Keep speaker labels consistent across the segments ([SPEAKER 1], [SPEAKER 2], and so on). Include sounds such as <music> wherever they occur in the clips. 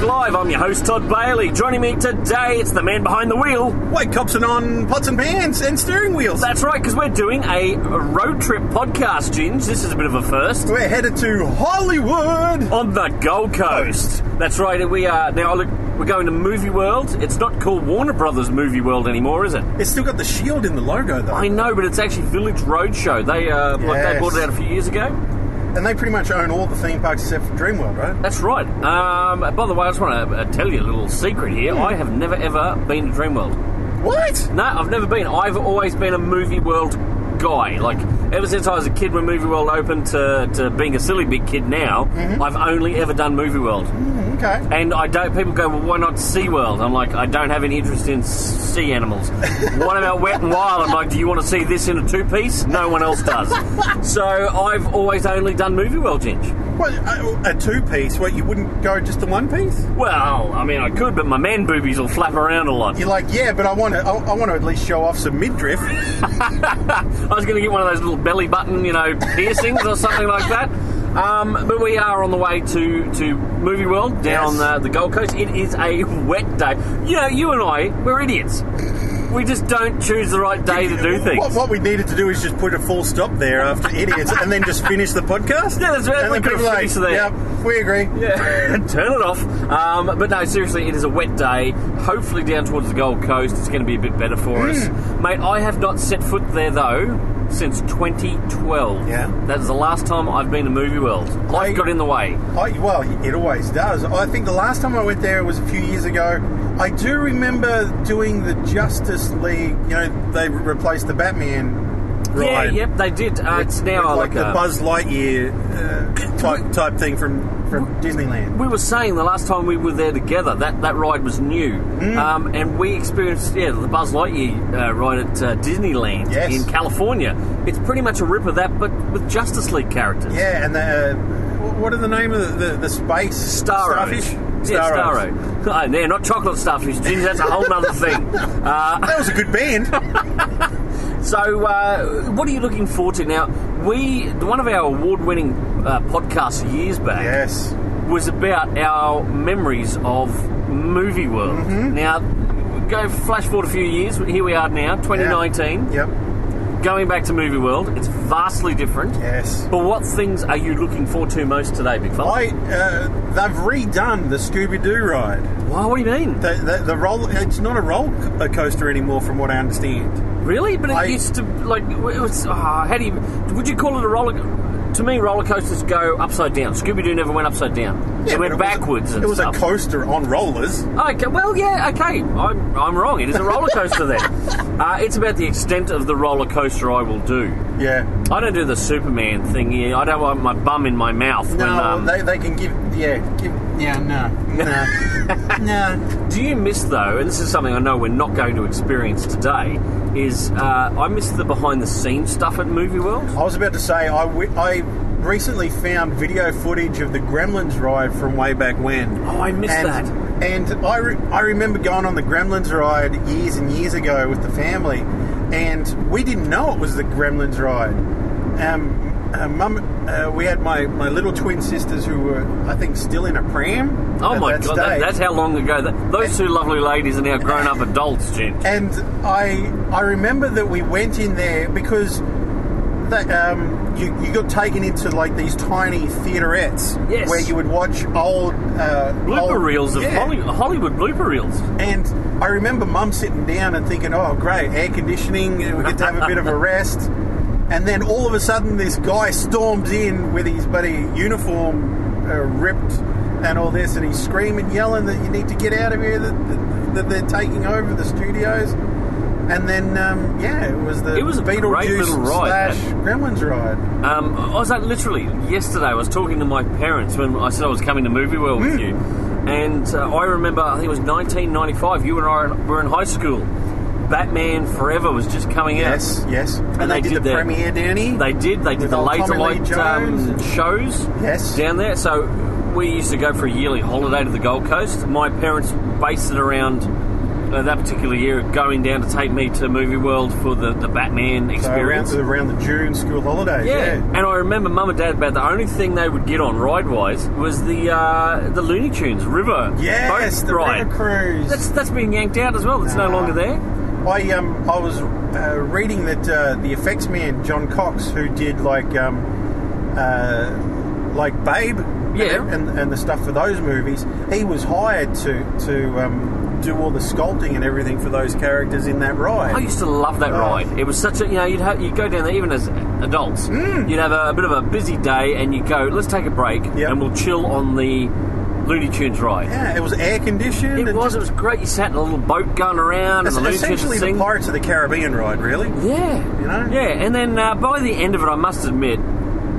[SPEAKER 1] Live. I'm your host, Todd Bailey. Joining me today, it's the man behind the wheel.
[SPEAKER 2] Wait, cops and on pots and pans and steering wheels.
[SPEAKER 1] That's right, because we're doing a road trip podcast, Ginge. This is a bit of a first.
[SPEAKER 2] We're headed to Hollywood.
[SPEAKER 1] On the Gold Coast. That's right, we are now look we're going to Movie World. It's not called Warner Brothers Movie World anymore, is it?
[SPEAKER 2] It's still got the shield in the logo though,
[SPEAKER 1] I know, but it's actually Village Roadshow. They uh, like they
[SPEAKER 2] Yes.
[SPEAKER 1] bought it out a few years ago.
[SPEAKER 2] and they pretty much own all the theme parks except for Dreamworld, right?
[SPEAKER 1] That's right. Um, by the way, I just want to uh, tell you a little secret here. I have never ever been to Dreamworld.
[SPEAKER 2] What?
[SPEAKER 1] No, I've never been. I've always been a movie world guy. Like ever since I was a kid, when movie world opened to, to being a silly big kid now, I've only ever done movie world.
[SPEAKER 2] Mm, Okay.
[SPEAKER 1] And I don't. People go, well, why not Sea World? I'm like, I don't have any interest in sea animals. what about Wet and Wild? I'm like, do you want to see this in a two piece? No one else does. so I've always only done movie world, Ginge.
[SPEAKER 2] What, a, a two-piece? What? You wouldn't go just to one piece?
[SPEAKER 1] Well, I mean, I could, but my man boobies will flap around a lot.
[SPEAKER 2] You're like, yeah, but I want to. I, I want to at least show off some midriff.
[SPEAKER 1] <laughs> I was going to get one of those little belly button, you know, piercings or something like that. Um, but we are on the way to, to Movie World down
[SPEAKER 2] Yes.
[SPEAKER 1] uh, the Gold Coast. It is a wet day. You know, you and I, we're idiots. We just don't choose the right day to do things.
[SPEAKER 2] What, what we needed to do is just put a full stop there after idiots, and then just finish the podcast.
[SPEAKER 1] Yeah, that's right.
[SPEAKER 2] And
[SPEAKER 1] We
[SPEAKER 2] then
[SPEAKER 1] could've
[SPEAKER 2] people are
[SPEAKER 1] finished there.
[SPEAKER 2] Yep, we agree.
[SPEAKER 1] Yeah, turn it off. Um, but no, seriously, it is a wet day. Hopefully, down towards the Gold Coast, it's going to be a bit better for
[SPEAKER 2] Hmm.
[SPEAKER 1] us. Mate, I have not set foot there though since 2012.
[SPEAKER 2] Yeah.
[SPEAKER 1] that is the last time I've been to Movie World. Life
[SPEAKER 2] I-
[SPEAKER 1] got in the way.
[SPEAKER 2] I, well, it always does. I think the last time I went there was a few years ago. I do remember doing the Justice League. You know, they re- replaced the Batman ride.
[SPEAKER 1] Yeah, yep, they did. Uh, it's
[SPEAKER 2] with,
[SPEAKER 1] now like,
[SPEAKER 2] like the
[SPEAKER 1] a,
[SPEAKER 2] Buzz Lightyear
[SPEAKER 1] <coughs>
[SPEAKER 2] uh, type type thing from from Disneyland.
[SPEAKER 1] We were saying the last time we were there together that that ride was new,
[SPEAKER 2] Mm.
[SPEAKER 1] um, and we experienced yeah the Buzz Lightyear uh, ride at uh, Disneyland
[SPEAKER 2] Yes.
[SPEAKER 1] in California. It's pretty much a rip of that, but with Justice League characters.
[SPEAKER 2] Yeah, and the uh, wh- what are the name of the the, the space
[SPEAKER 1] Starro.
[SPEAKER 2] starfish?
[SPEAKER 1] Yeah,
[SPEAKER 2] Starros.
[SPEAKER 1] Starro. Oh, no, not chocolate starfish. Geez, that's a whole nother
[SPEAKER 2] <laughs>
[SPEAKER 1] thing. Uh,
[SPEAKER 2] That was a good band.
[SPEAKER 1] <laughs> so, uh, what are you looking forward to now? We one of our award-winning uh, podcasts years back.
[SPEAKER 2] yes.
[SPEAKER 1] was about our memories of movie world.
[SPEAKER 2] Mm-hmm.
[SPEAKER 1] Now, go flash forward a few years. Here we are now, 2019.
[SPEAKER 2] Yep.
[SPEAKER 1] Going back to movie world, it's vastly different.
[SPEAKER 2] Yes.
[SPEAKER 1] But what things are you looking forward to most today, big fella?
[SPEAKER 2] I uh, they've redone the Scooby Doo ride.
[SPEAKER 1] Why? What do you mean?
[SPEAKER 2] The, the, the roll, it's not a roller coaster anymore, from what I understand.
[SPEAKER 1] Really? But it
[SPEAKER 2] I-
[SPEAKER 1] used to like it was. ah, how do you? Would you call it a roller? To me, roller coasters go upside down. Scooby Doo never went upside down.
[SPEAKER 2] Yeah,
[SPEAKER 1] it went
[SPEAKER 2] but was a-
[SPEAKER 1] backwards. and
[SPEAKER 2] it was
[SPEAKER 1] stuff.
[SPEAKER 2] a coaster on rollers.
[SPEAKER 1] Okay, well, yeah, okay. I'm, I'm wrong. It is a roller coaster
[SPEAKER 2] <laughs>
[SPEAKER 1] then. Uh, it's about the extent of the roller coaster I will do.
[SPEAKER 2] Yeah.
[SPEAKER 1] I don't do the Superman thing here. I don't want my bum in my mouth. when,
[SPEAKER 2] No,
[SPEAKER 1] um,
[SPEAKER 2] they, they can give. Yeah. Give, yeah.
[SPEAKER 1] <laughs>
[SPEAKER 2] No. No. no.
[SPEAKER 1] do you miss, though, and this is something I know we're not going to experience today, is uh, I miss the behind the scenes stuff at Movie World.
[SPEAKER 2] I was about to say I, wi- I recently found video footage of the Gremlins ride from way back when.
[SPEAKER 1] Oh, I miss
[SPEAKER 2] and,
[SPEAKER 1] that.
[SPEAKER 2] And I, re- I remember going on the Gremlins ride years and years ago with the family, and we didn't know it was the Gremlins ride. Um, uh, mum, uh, we had my, my little twin sisters who were, I think, still in a pram.
[SPEAKER 1] Oh
[SPEAKER 2] at
[SPEAKER 1] my
[SPEAKER 2] that
[SPEAKER 1] god, that,
[SPEAKER 2] stage.
[SPEAKER 1] that's how long ago. That, those two lovely ladies are now grown up adults, Jen.
[SPEAKER 2] And I I remember that we went in there because that um, you, you got taken into like these tiny theatrettes
[SPEAKER 1] Yes.
[SPEAKER 2] where you would watch old uh,
[SPEAKER 1] Blooper
[SPEAKER 2] old-
[SPEAKER 1] reels of
[SPEAKER 2] yeah.
[SPEAKER 1] Holly, Hollywood blooper reels.
[SPEAKER 2] And I remember Mum sitting down and thinking, "Oh, great, air conditioning, and we get to have a bit
[SPEAKER 1] <laughs>
[SPEAKER 2] of a rest." And then all of a sudden, this guy storms in with his buddy uniform uh, ripped and all this, and he's screaming, yelling that you need to get out of here, that, that, that they're taking over the studios. And then, um, yeah, it was the
[SPEAKER 1] It was a great
[SPEAKER 2] Beetlejuice
[SPEAKER 1] little ride,
[SPEAKER 2] slash
[SPEAKER 1] that.
[SPEAKER 2] Gremlins ride.
[SPEAKER 1] Um, I was like, literally, yesterday I was talking to my parents when I said I was coming to Movie World
[SPEAKER 2] Hmm.
[SPEAKER 1] with you. And uh, I remember, I think it was 1995, you and I were in high school. Batman Forever was just coming
[SPEAKER 2] Yes, yes. And,
[SPEAKER 1] And
[SPEAKER 2] they,
[SPEAKER 1] they
[SPEAKER 2] did,
[SPEAKER 1] did
[SPEAKER 2] the
[SPEAKER 1] their-
[SPEAKER 2] premiere, Danny.
[SPEAKER 1] out. They did, they did
[SPEAKER 2] With
[SPEAKER 1] the
[SPEAKER 2] old
[SPEAKER 1] later
[SPEAKER 2] Tommy Lee
[SPEAKER 1] light um,
[SPEAKER 2] Jones.
[SPEAKER 1] shows
[SPEAKER 2] yes.
[SPEAKER 1] down there. So we used to go for a yearly holiday to the Gold Coast. My parents based it around uh, that particular year going down to take me to Movie World for the, the Batman
[SPEAKER 2] So around,
[SPEAKER 1] experience.
[SPEAKER 2] to- around the June school holidays.
[SPEAKER 1] yeah.
[SPEAKER 2] Yeah.
[SPEAKER 1] and I remember Mum and Dad about the only thing they would get on ride wise was the uh, the Looney Tunes River
[SPEAKER 2] Yes,
[SPEAKER 1] boat
[SPEAKER 2] the
[SPEAKER 1] ride.
[SPEAKER 2] River Ah. Cruise.
[SPEAKER 1] That's that's been yanked out as well. It's no longer there.
[SPEAKER 2] I um I was uh, reading that uh, the effects man John Cox, who did like um uh, like Babe,
[SPEAKER 1] Yeah.
[SPEAKER 2] and, and and the stuff for those movies, he was hired to to um, do all the sculpting and everything for those characters in that ride.
[SPEAKER 1] I used to love that
[SPEAKER 2] Oh.
[SPEAKER 1] ride. It was such a you know you'd have, you'd go down there even as adults.
[SPEAKER 2] Hmm.
[SPEAKER 1] You'd have a, bit of a busy day and you go let's take a break
[SPEAKER 2] Yep.
[SPEAKER 1] and we'll chill on the Looney Tunes ride.
[SPEAKER 2] yeah, it was air conditioned.
[SPEAKER 1] It
[SPEAKER 2] and
[SPEAKER 1] was. It was great. You sat in a little boat going around, and
[SPEAKER 2] just-
[SPEAKER 1] the Looney Tunes
[SPEAKER 2] essentially the
[SPEAKER 1] sing.
[SPEAKER 2] Pirates of the Caribbean ride, really.
[SPEAKER 1] Yeah,
[SPEAKER 2] You know?
[SPEAKER 1] yeah. And then uh, by the end of it, I must admit,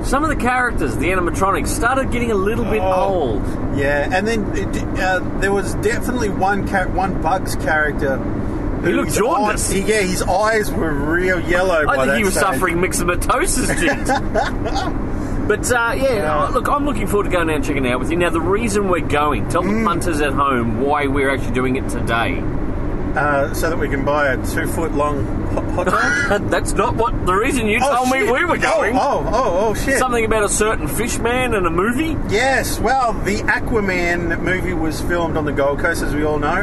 [SPEAKER 1] some of the characters, the animatronics, started getting a little bit
[SPEAKER 2] Oh.
[SPEAKER 1] old.
[SPEAKER 2] Yeah, and then it, uh, there was definitely one ca- one Bugs character. whose
[SPEAKER 1] looked jaundiced.
[SPEAKER 2] eyes- yeah, his eyes were real yellow. by
[SPEAKER 1] I think
[SPEAKER 2] that
[SPEAKER 1] he was
[SPEAKER 2] stage.
[SPEAKER 1] suffering myxomatosis, dude.
[SPEAKER 2] <laughs>
[SPEAKER 1] But uh, yeah,
[SPEAKER 2] Yeah.
[SPEAKER 1] look, I'm looking forward to going down and checking it out with you. Now, the reason we're going, tell
[SPEAKER 2] Mm.
[SPEAKER 1] the punters at home why we're actually doing it today.
[SPEAKER 2] Uh, so that we can buy a two foot long hot, hot
[SPEAKER 1] <laughs>
[SPEAKER 2] dog.
[SPEAKER 1] That's not what the reason you
[SPEAKER 2] Oh,
[SPEAKER 1] told me
[SPEAKER 2] shit.
[SPEAKER 1] we were going.
[SPEAKER 2] Oh, oh, oh, oh, shit.
[SPEAKER 1] Something about a certain fish man and a movie.
[SPEAKER 2] Yes, well, the Aquaman movie was filmed on the Gold Coast, as we all know,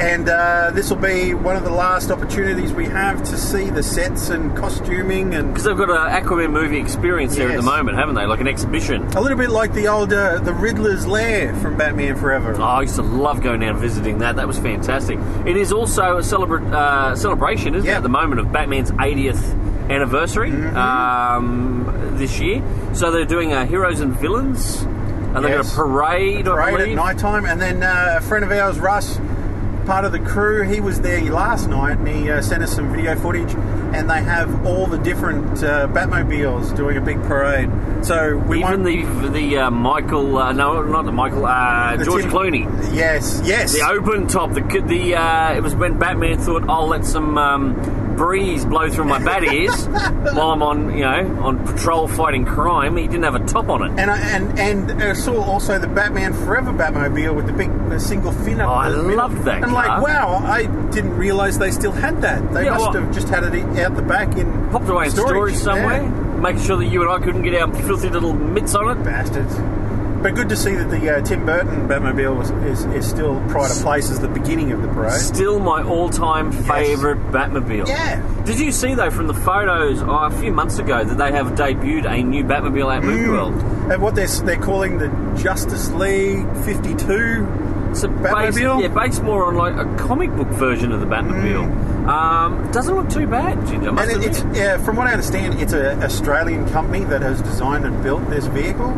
[SPEAKER 2] and uh, this will be one of the last opportunities we have to see the sets and costuming and
[SPEAKER 1] Because they've got an Aquaman movie experience there at the
[SPEAKER 2] Yes.
[SPEAKER 1] moment, haven't they? Like an exhibition.
[SPEAKER 2] a little bit like the old uh, the Riddler's lair from Batman Forever.
[SPEAKER 1] Oh, I used to love going down and visiting that. That was fantastic. It is also a celebra- uh, celebration, isn't it,
[SPEAKER 2] Yeah. Mm-hmm.
[SPEAKER 1] at the moment of Batman's 80th anniversary um, this year. So they're doing a Heroes and Villains, and they've
[SPEAKER 2] Yes.
[SPEAKER 1] got a parade, I
[SPEAKER 2] parade
[SPEAKER 1] believe.
[SPEAKER 2] at night time. And then uh, a friend of ours, Russ, part of the crew, he was there last night and he uh, sent us some video footage. And they have all the different uh, Batmobiles doing a big parade. So we
[SPEAKER 1] Even
[SPEAKER 2] won't.
[SPEAKER 1] the the uh, Michael, uh, no, not the Michael, uh,
[SPEAKER 2] The
[SPEAKER 1] George
[SPEAKER 2] Tim-
[SPEAKER 1] Clooney,
[SPEAKER 2] yes, yes.
[SPEAKER 1] the open top. The kid- the uh, it was when Batman thought, "I'll let some um, breeze blow through my bat
[SPEAKER 2] <laughs>
[SPEAKER 1] ears while I'm on, you know, on patrol fighting crime." He didn't have a top on it.
[SPEAKER 2] and I and and I saw also the Batman Forever Batmobile with the big uh, single fin. Up
[SPEAKER 1] Oh, I
[SPEAKER 2] in the middle.
[SPEAKER 1] love that
[SPEAKER 2] And like,
[SPEAKER 1] car.
[SPEAKER 2] wow, I didn't realise they still had that. They
[SPEAKER 1] Yeah,
[SPEAKER 2] must
[SPEAKER 1] well-
[SPEAKER 2] have just had it out the back in
[SPEAKER 1] popped away in storage, somewhere, making sure that you and I couldn't get our filthy little mitts on it.
[SPEAKER 2] bastards. But good to see that the uh, Tim Burton Batmobile was, is, is still pride of place as the beginning of the parade.
[SPEAKER 1] Still my all-time favourite Batmobile.
[SPEAKER 2] Yeah.
[SPEAKER 1] Did you see though from the photos oh, a few months ago that they have debuted a new Batmobile at Movie World?
[SPEAKER 2] And what they're, s- they're calling the Justice League 52.
[SPEAKER 1] It's a based,
[SPEAKER 2] Batmobile?
[SPEAKER 1] yeah, based more on like a comic book version of the Batmobile. Um, doesn't look too bad, Ginger. I must
[SPEAKER 2] Mm. And it,
[SPEAKER 1] admit.
[SPEAKER 2] it's, yeah, from what I understand, it's an Australian company that has designed and built this vehicle.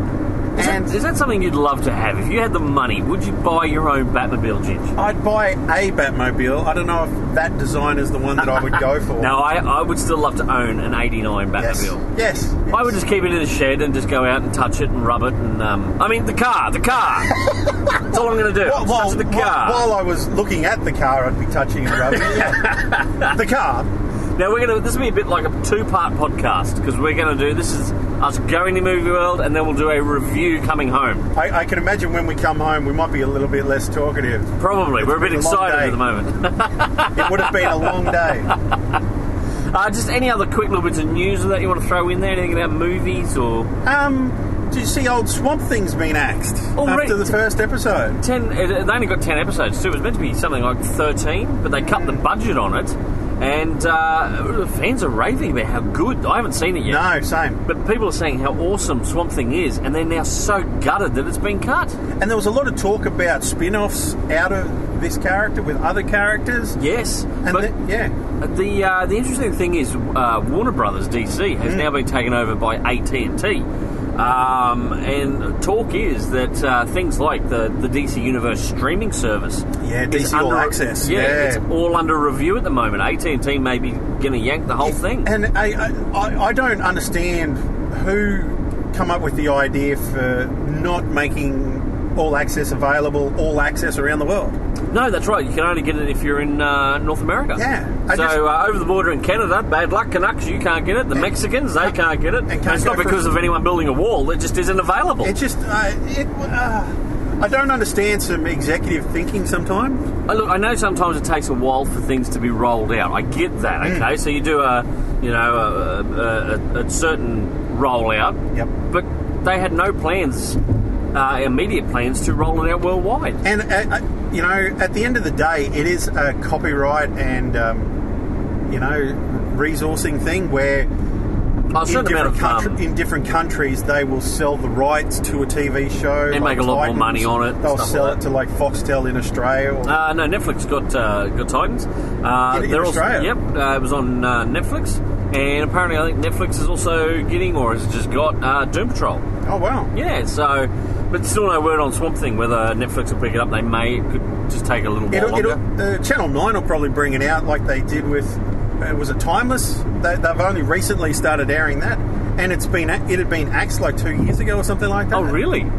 [SPEAKER 1] is,
[SPEAKER 2] and
[SPEAKER 1] that, is that something you'd love to have? If you had the money, would you buy your own Batmobile, Ginger?
[SPEAKER 2] I'd buy a Batmobile. I don't know if that design is the one that I would
[SPEAKER 1] <laughs>
[SPEAKER 2] go for.
[SPEAKER 1] No, I, I would still love to own an 89
[SPEAKER 2] Yes.
[SPEAKER 1] Batmobile.
[SPEAKER 2] Yes.
[SPEAKER 1] I would just keep it in the shed and just go out and touch it and rub it and um, I mean the car, the car. That's all I'm going to do.
[SPEAKER 2] Well, while,
[SPEAKER 1] touch the
[SPEAKER 2] while-
[SPEAKER 1] car.
[SPEAKER 2] while I was looking at the car, I'd be touching and rubbing
[SPEAKER 1] <laughs>
[SPEAKER 2] it. Yeah. the car.
[SPEAKER 1] now we're going to. This will be a bit like a two-part podcast because we're going to do this is us going to Movie World and then we'll do a review coming home.
[SPEAKER 2] I, I can imagine when we come home, we might be a little bit less talkative.
[SPEAKER 1] Probably we're a bit
[SPEAKER 2] been a long
[SPEAKER 1] excited
[SPEAKER 2] day.
[SPEAKER 1] at the moment. <laughs>
[SPEAKER 2] It would have been a long day.
[SPEAKER 1] uh, just any other quick little bits of news that you want to throw in there? Anything about movies or
[SPEAKER 2] Um, did you see old Swamp Thing's been axed
[SPEAKER 1] Oh,
[SPEAKER 2] after
[SPEAKER 1] right.
[SPEAKER 2] the first episode?
[SPEAKER 1] ten? It, it- they only got ten episodes too. It was meant to be something like thirteen, but they cut the budget on it. And uh, the fans are raving about how good. I haven't seen it yet.
[SPEAKER 2] No, same.
[SPEAKER 1] But people are saying how awesome Swamp Thing is, and they're now so gutted that it's been cut.
[SPEAKER 2] And there was a lot of talk about spin-offs out of this character with other characters.
[SPEAKER 1] Yes,
[SPEAKER 2] And
[SPEAKER 1] but
[SPEAKER 2] the- yeah,
[SPEAKER 1] the uh, the interesting thing is uh, Warner Brothers DC
[SPEAKER 2] Mm.
[SPEAKER 1] has now been taken over by AT and T, um, and talk is that uh, things like the the DC Universe streaming service,
[SPEAKER 2] Yeah,
[SPEAKER 1] is
[SPEAKER 2] DC All Access,
[SPEAKER 1] yeah,
[SPEAKER 2] yeah.
[SPEAKER 1] it's all under review at the moment. AT and T may be going to yank the whole thing.
[SPEAKER 2] and I, I, I- I don't understand who come up with the idea for not making all access available, all access around the world.
[SPEAKER 1] No, that's right. You can only get it if you're in uh, North America.
[SPEAKER 2] Yeah, I
[SPEAKER 1] so
[SPEAKER 2] just-
[SPEAKER 1] uh, over the border in Canada, bad luck, Canucks, you can't get it. The Mexicans, they can't get it.
[SPEAKER 2] can't
[SPEAKER 1] it's
[SPEAKER 2] go
[SPEAKER 1] not
[SPEAKER 2] for-
[SPEAKER 1] because of anyone building a wall. It just isn't available.
[SPEAKER 2] It just, uh, it, uh, I don't understand some executive thinking sometimes.
[SPEAKER 1] I Uh, look, I know sometimes it takes a while for things to be rolled out. I get that.
[SPEAKER 2] Mm.
[SPEAKER 1] Okay, so you do a, you know, a, a, a, a certain rollout.
[SPEAKER 2] Yep.
[SPEAKER 1] But they had no plans, uh, immediate plans to roll it out worldwide.
[SPEAKER 2] And, uh, uh, you know, at the end of the day, it is a copyright and, um, you know, resourcing thing where
[SPEAKER 1] A
[SPEAKER 2] in
[SPEAKER 1] certain amount
[SPEAKER 2] different,
[SPEAKER 1] of um,
[SPEAKER 2] country, in different countries they will sell the rights to a TV show.
[SPEAKER 1] And
[SPEAKER 2] like
[SPEAKER 1] make a lot more
[SPEAKER 2] Titans.
[SPEAKER 1] money on it and
[SPEAKER 2] They'll
[SPEAKER 1] stuff
[SPEAKER 2] sell
[SPEAKER 1] like
[SPEAKER 2] it to, like, Foxtel in Australia. Or,
[SPEAKER 1] Uh, no, Netflix got uh, got Titans. Uh,
[SPEAKER 2] In- in
[SPEAKER 1] they're also-
[SPEAKER 2] Australia?
[SPEAKER 1] yep, uh, it was on uh, Netflix, and apparently I think Netflix is also getting or has just got uh, Doom Patrol.
[SPEAKER 2] oh, wow.
[SPEAKER 1] Yeah, so but still no word on Swamp Thing whether Netflix will pick it up. They may it could just take a little while
[SPEAKER 2] It'll,
[SPEAKER 1] longer.
[SPEAKER 2] it'll, uh, Channel 9 will probably bring it out like they did with, uh, was it Timeless? They, they've only recently started airing that. And it's been it had been axed like two years ago or something like that.
[SPEAKER 1] Oh, really?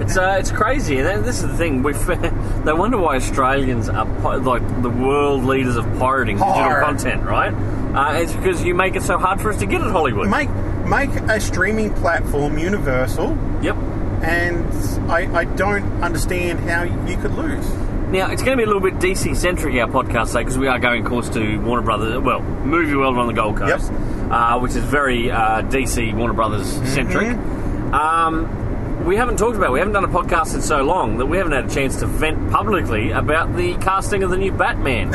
[SPEAKER 1] It's uh, it's crazy. And then- This is the thing. We <laughs> they wonder why Australians are pi- like the world leaders of pirating
[SPEAKER 2] Pirate.
[SPEAKER 1] digital content, right? Uh, it's because you make it so hard for us to get at Hollywood.
[SPEAKER 2] Make make a streaming platform universal,
[SPEAKER 1] yep.
[SPEAKER 2] and I, I don't understand how you could lose.
[SPEAKER 1] Now it's going to be a little bit DC centric our podcast today because we are going, of course, to Warner Brothers. Well, Movie World on the Gold Coast, uh, which is very uh, DC Warner Brothers
[SPEAKER 2] Mm-hmm.
[SPEAKER 1] centric. Um, we haven't talked about. it. We haven't done a podcast in so long that we haven't had a chance to vent publicly about the casting of the new
[SPEAKER 2] <laughs>
[SPEAKER 1] Batman.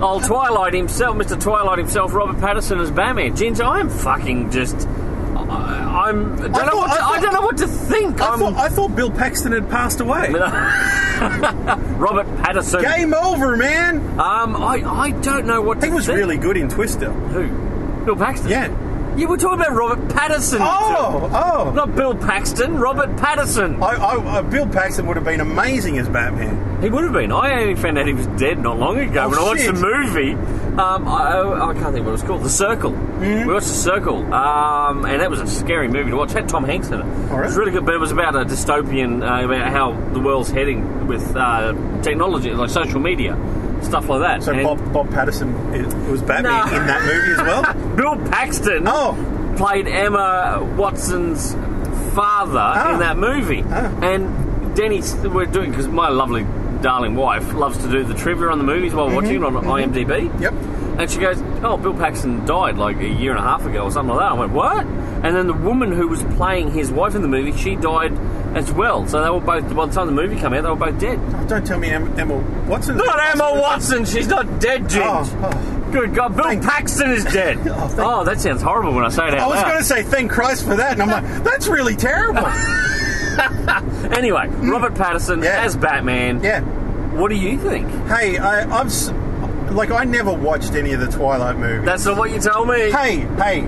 [SPEAKER 1] Old Twilight himself, Mr. Twilight himself, Robert Patterson as Batman. Ginger, I'm fucking just. I- I'm. I don't,
[SPEAKER 2] I
[SPEAKER 1] know,
[SPEAKER 2] thought-
[SPEAKER 1] what to,
[SPEAKER 2] I
[SPEAKER 1] I,
[SPEAKER 2] thought-
[SPEAKER 1] don't know what to think.
[SPEAKER 2] I
[SPEAKER 1] I'm
[SPEAKER 2] thought, I thought Bill Paxton had passed
[SPEAKER 1] <laughs>
[SPEAKER 2] away.
[SPEAKER 1] Robert Patterson.
[SPEAKER 2] Game over, man.
[SPEAKER 1] Um, I, I don't know what to
[SPEAKER 2] He was
[SPEAKER 1] think.
[SPEAKER 2] really good in Twister.
[SPEAKER 1] who Bill Paxton.
[SPEAKER 2] Yeah.
[SPEAKER 1] you were talking about Robert Patterson.
[SPEAKER 2] Oh, oh.
[SPEAKER 1] not Bill Paxton, Robert Patterson.
[SPEAKER 2] I, I, uh, Bill Paxton would have been amazing as Batman.
[SPEAKER 1] He would have been. I only found out he was dead not long ago
[SPEAKER 2] Oh,
[SPEAKER 1] when I watched
[SPEAKER 2] shit.
[SPEAKER 1] the movie. Um, I, I can't think what it was called. The Circle.
[SPEAKER 2] Mm-hmm.
[SPEAKER 1] We watched The Circle, um, and that was a scary movie to watch. It had Tom Hanks in it.
[SPEAKER 2] Oh,
[SPEAKER 1] It was really good, but it was about a dystopian uh, about how the world's heading with uh, technology, like social media, stuff like that.
[SPEAKER 2] So
[SPEAKER 1] And
[SPEAKER 2] Bob Bob Patterson i- was
[SPEAKER 1] No.
[SPEAKER 2] Batman in that movie
[SPEAKER 1] <laughs>
[SPEAKER 2] as well.
[SPEAKER 1] Bill Paxton.
[SPEAKER 2] Oh,
[SPEAKER 1] played Emma Watson's father
[SPEAKER 2] Ah.
[SPEAKER 1] in that movie.
[SPEAKER 2] Ah.
[SPEAKER 1] And Denny, we're doing because my lovely darling wife loves to do the trivia on the movies while watching it on IMDb.
[SPEAKER 2] Mm-hmm. yep.
[SPEAKER 1] And she goes, "Oh, Bill Paxton died like a year and a half ago or something like that." I went, "What?" And then the woman who was playing his wife in the movie, she died as well. So they were both. By the time the movie came out, they were both dead.
[SPEAKER 2] Oh, don't tell me Em- Emma Watson.
[SPEAKER 1] Not Emma Watson. She's not dead, Jim.
[SPEAKER 2] Oh, oh.
[SPEAKER 1] Good God, Bill Paxton is dead.
[SPEAKER 2] <laughs> Oh, thank-
[SPEAKER 1] oh, that sounds horrible when I say it out
[SPEAKER 2] I was
[SPEAKER 1] loud.
[SPEAKER 2] going to say thank Christ for that, and I'm like, that's
[SPEAKER 1] <laughs>
[SPEAKER 2] really terrible.
[SPEAKER 1] Anyway, Robert Patterson
[SPEAKER 2] Mm. Yeah.
[SPEAKER 1] as Batman.
[SPEAKER 2] yeah.
[SPEAKER 1] What do you think?
[SPEAKER 2] Hey, I, I've s- like I never watched any of the Twilight movies.
[SPEAKER 1] That's not what you tell me.
[SPEAKER 2] hey, hey,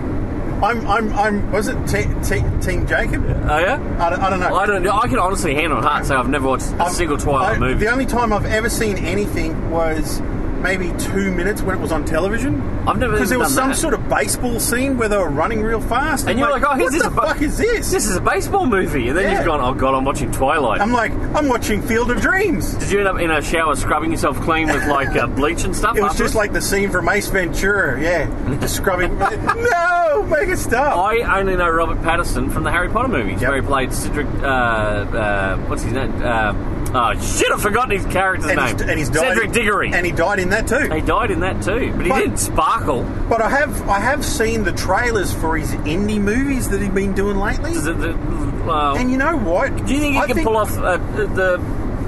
[SPEAKER 2] I'm I'm I'm was it Te- Te- Team Jacob?
[SPEAKER 1] Oh yeah?
[SPEAKER 2] I don't, I don't know.
[SPEAKER 1] I don't know. I can honestly hand on heart say I've never watched a
[SPEAKER 2] I've-
[SPEAKER 1] single Twilight
[SPEAKER 2] Um, I-
[SPEAKER 1] movie.
[SPEAKER 2] The only time I've ever seen anything was maybe two minutes when it was on television.
[SPEAKER 1] I've never
[SPEAKER 2] because there
[SPEAKER 1] even
[SPEAKER 2] was some
[SPEAKER 1] done that.
[SPEAKER 2] sort of baseball scene where they were running real fast,
[SPEAKER 1] And you're like, oh,
[SPEAKER 2] what
[SPEAKER 1] here's
[SPEAKER 2] the
[SPEAKER 1] this bu-
[SPEAKER 2] fuck is this?
[SPEAKER 1] This is a baseball movie, and then
[SPEAKER 2] Yeah. Um,
[SPEAKER 1] you've gone, oh god, I'm watching Twilight.
[SPEAKER 2] I'm like, I'm watching Field of Dreams.
[SPEAKER 1] Did you end up in a shower scrubbing yourself clean with like uh, bleach and stuff?
[SPEAKER 2] It was just
[SPEAKER 1] afterwards?
[SPEAKER 2] like the scene from Ace Ventura, yeah,
[SPEAKER 1] <laughs>
[SPEAKER 2] just scrubbing. no, make it stop.
[SPEAKER 1] I only know Robert Patterson from the Harry Potter movies,
[SPEAKER 2] Yep.
[SPEAKER 1] where he played Cedric. Uh, uh, what's his name? Uh, oh shit, I've forgotten his character's
[SPEAKER 2] and,
[SPEAKER 1] name.
[SPEAKER 2] he's, and he's died.
[SPEAKER 1] Cedric Diggory.
[SPEAKER 2] and he died in that too.
[SPEAKER 1] he died in that too, but he
[SPEAKER 2] But-
[SPEAKER 1] didn't sparkle.
[SPEAKER 2] But I have I have seen the trailers for his indie movies that he's been doing lately.
[SPEAKER 1] Is it the- well,
[SPEAKER 2] And you know what?
[SPEAKER 1] Do you think he
[SPEAKER 2] I
[SPEAKER 1] can pull off uh, the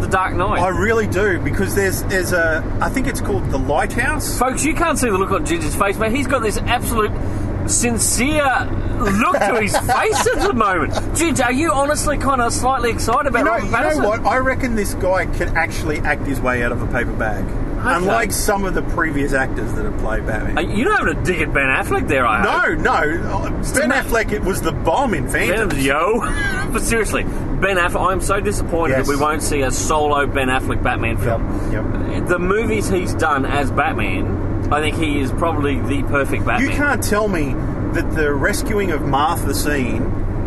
[SPEAKER 1] the Dark Knight?
[SPEAKER 2] I really do because there's there's a I think it's called the Lighthouse.
[SPEAKER 1] Folks, you can't see the look on Ginger's face, mate. He's got this absolute sincere look to
[SPEAKER 2] <laughs>
[SPEAKER 1] his face at the moment. Ginger, are you honestly kind of slightly excited about
[SPEAKER 2] You know,
[SPEAKER 1] Robert
[SPEAKER 2] you know
[SPEAKER 1] Patterson?
[SPEAKER 2] what? I reckon this guy can actually act his way out of a paper bag, unlike some of the previous actors that have played Batman.
[SPEAKER 1] Are you not having a dig at Ben Affleck there, I hope.
[SPEAKER 2] no, no, uh, Ben
[SPEAKER 1] not-
[SPEAKER 2] Affleck it was the bomb in Phantom.
[SPEAKER 1] Ben, yo. <laughs> but seriously, Ben Affleck, I'm so disappointed
[SPEAKER 2] Yes.
[SPEAKER 1] that we won't see a solo Ben Affleck Batman film.
[SPEAKER 2] Yep,
[SPEAKER 1] The movies he's done as Batman, I think he is probably the perfect Batman.
[SPEAKER 2] You can't tell me that the rescuing of Martha scene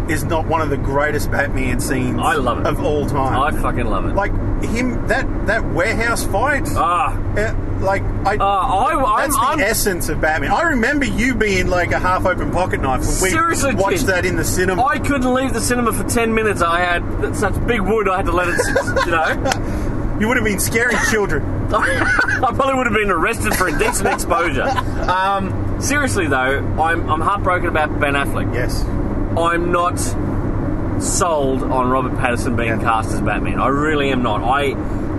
[SPEAKER 2] is not one of the greatest Batman scenes
[SPEAKER 1] I love it.
[SPEAKER 2] of all
[SPEAKER 1] I
[SPEAKER 2] time.
[SPEAKER 1] fucking love it.
[SPEAKER 2] like him that that warehouse fight.
[SPEAKER 1] ah,
[SPEAKER 2] uh, like I,
[SPEAKER 1] uh, I, I'm,
[SPEAKER 2] that's the
[SPEAKER 1] I'm,
[SPEAKER 2] essence of Batman. I remember you being like a half-open pocket knife when we
[SPEAKER 1] Seriously,
[SPEAKER 2] watched
[SPEAKER 1] kid.
[SPEAKER 2] that in the cinema.
[SPEAKER 1] I couldn't leave the cinema for ten minutes. I had such big wound. I had to let it. s- <laughs> You know,
[SPEAKER 2] you would have
[SPEAKER 1] <laughs>
[SPEAKER 2] been scaring children.
[SPEAKER 1] I probably would have been arrested for indecent exposure. Um, seriously though, I'm I'm heartbroken about Ben Affleck.
[SPEAKER 2] Yes,
[SPEAKER 1] I'm not sold on Robert Patterson being
[SPEAKER 2] Yeah.
[SPEAKER 1] cast as Batman. I really am not. I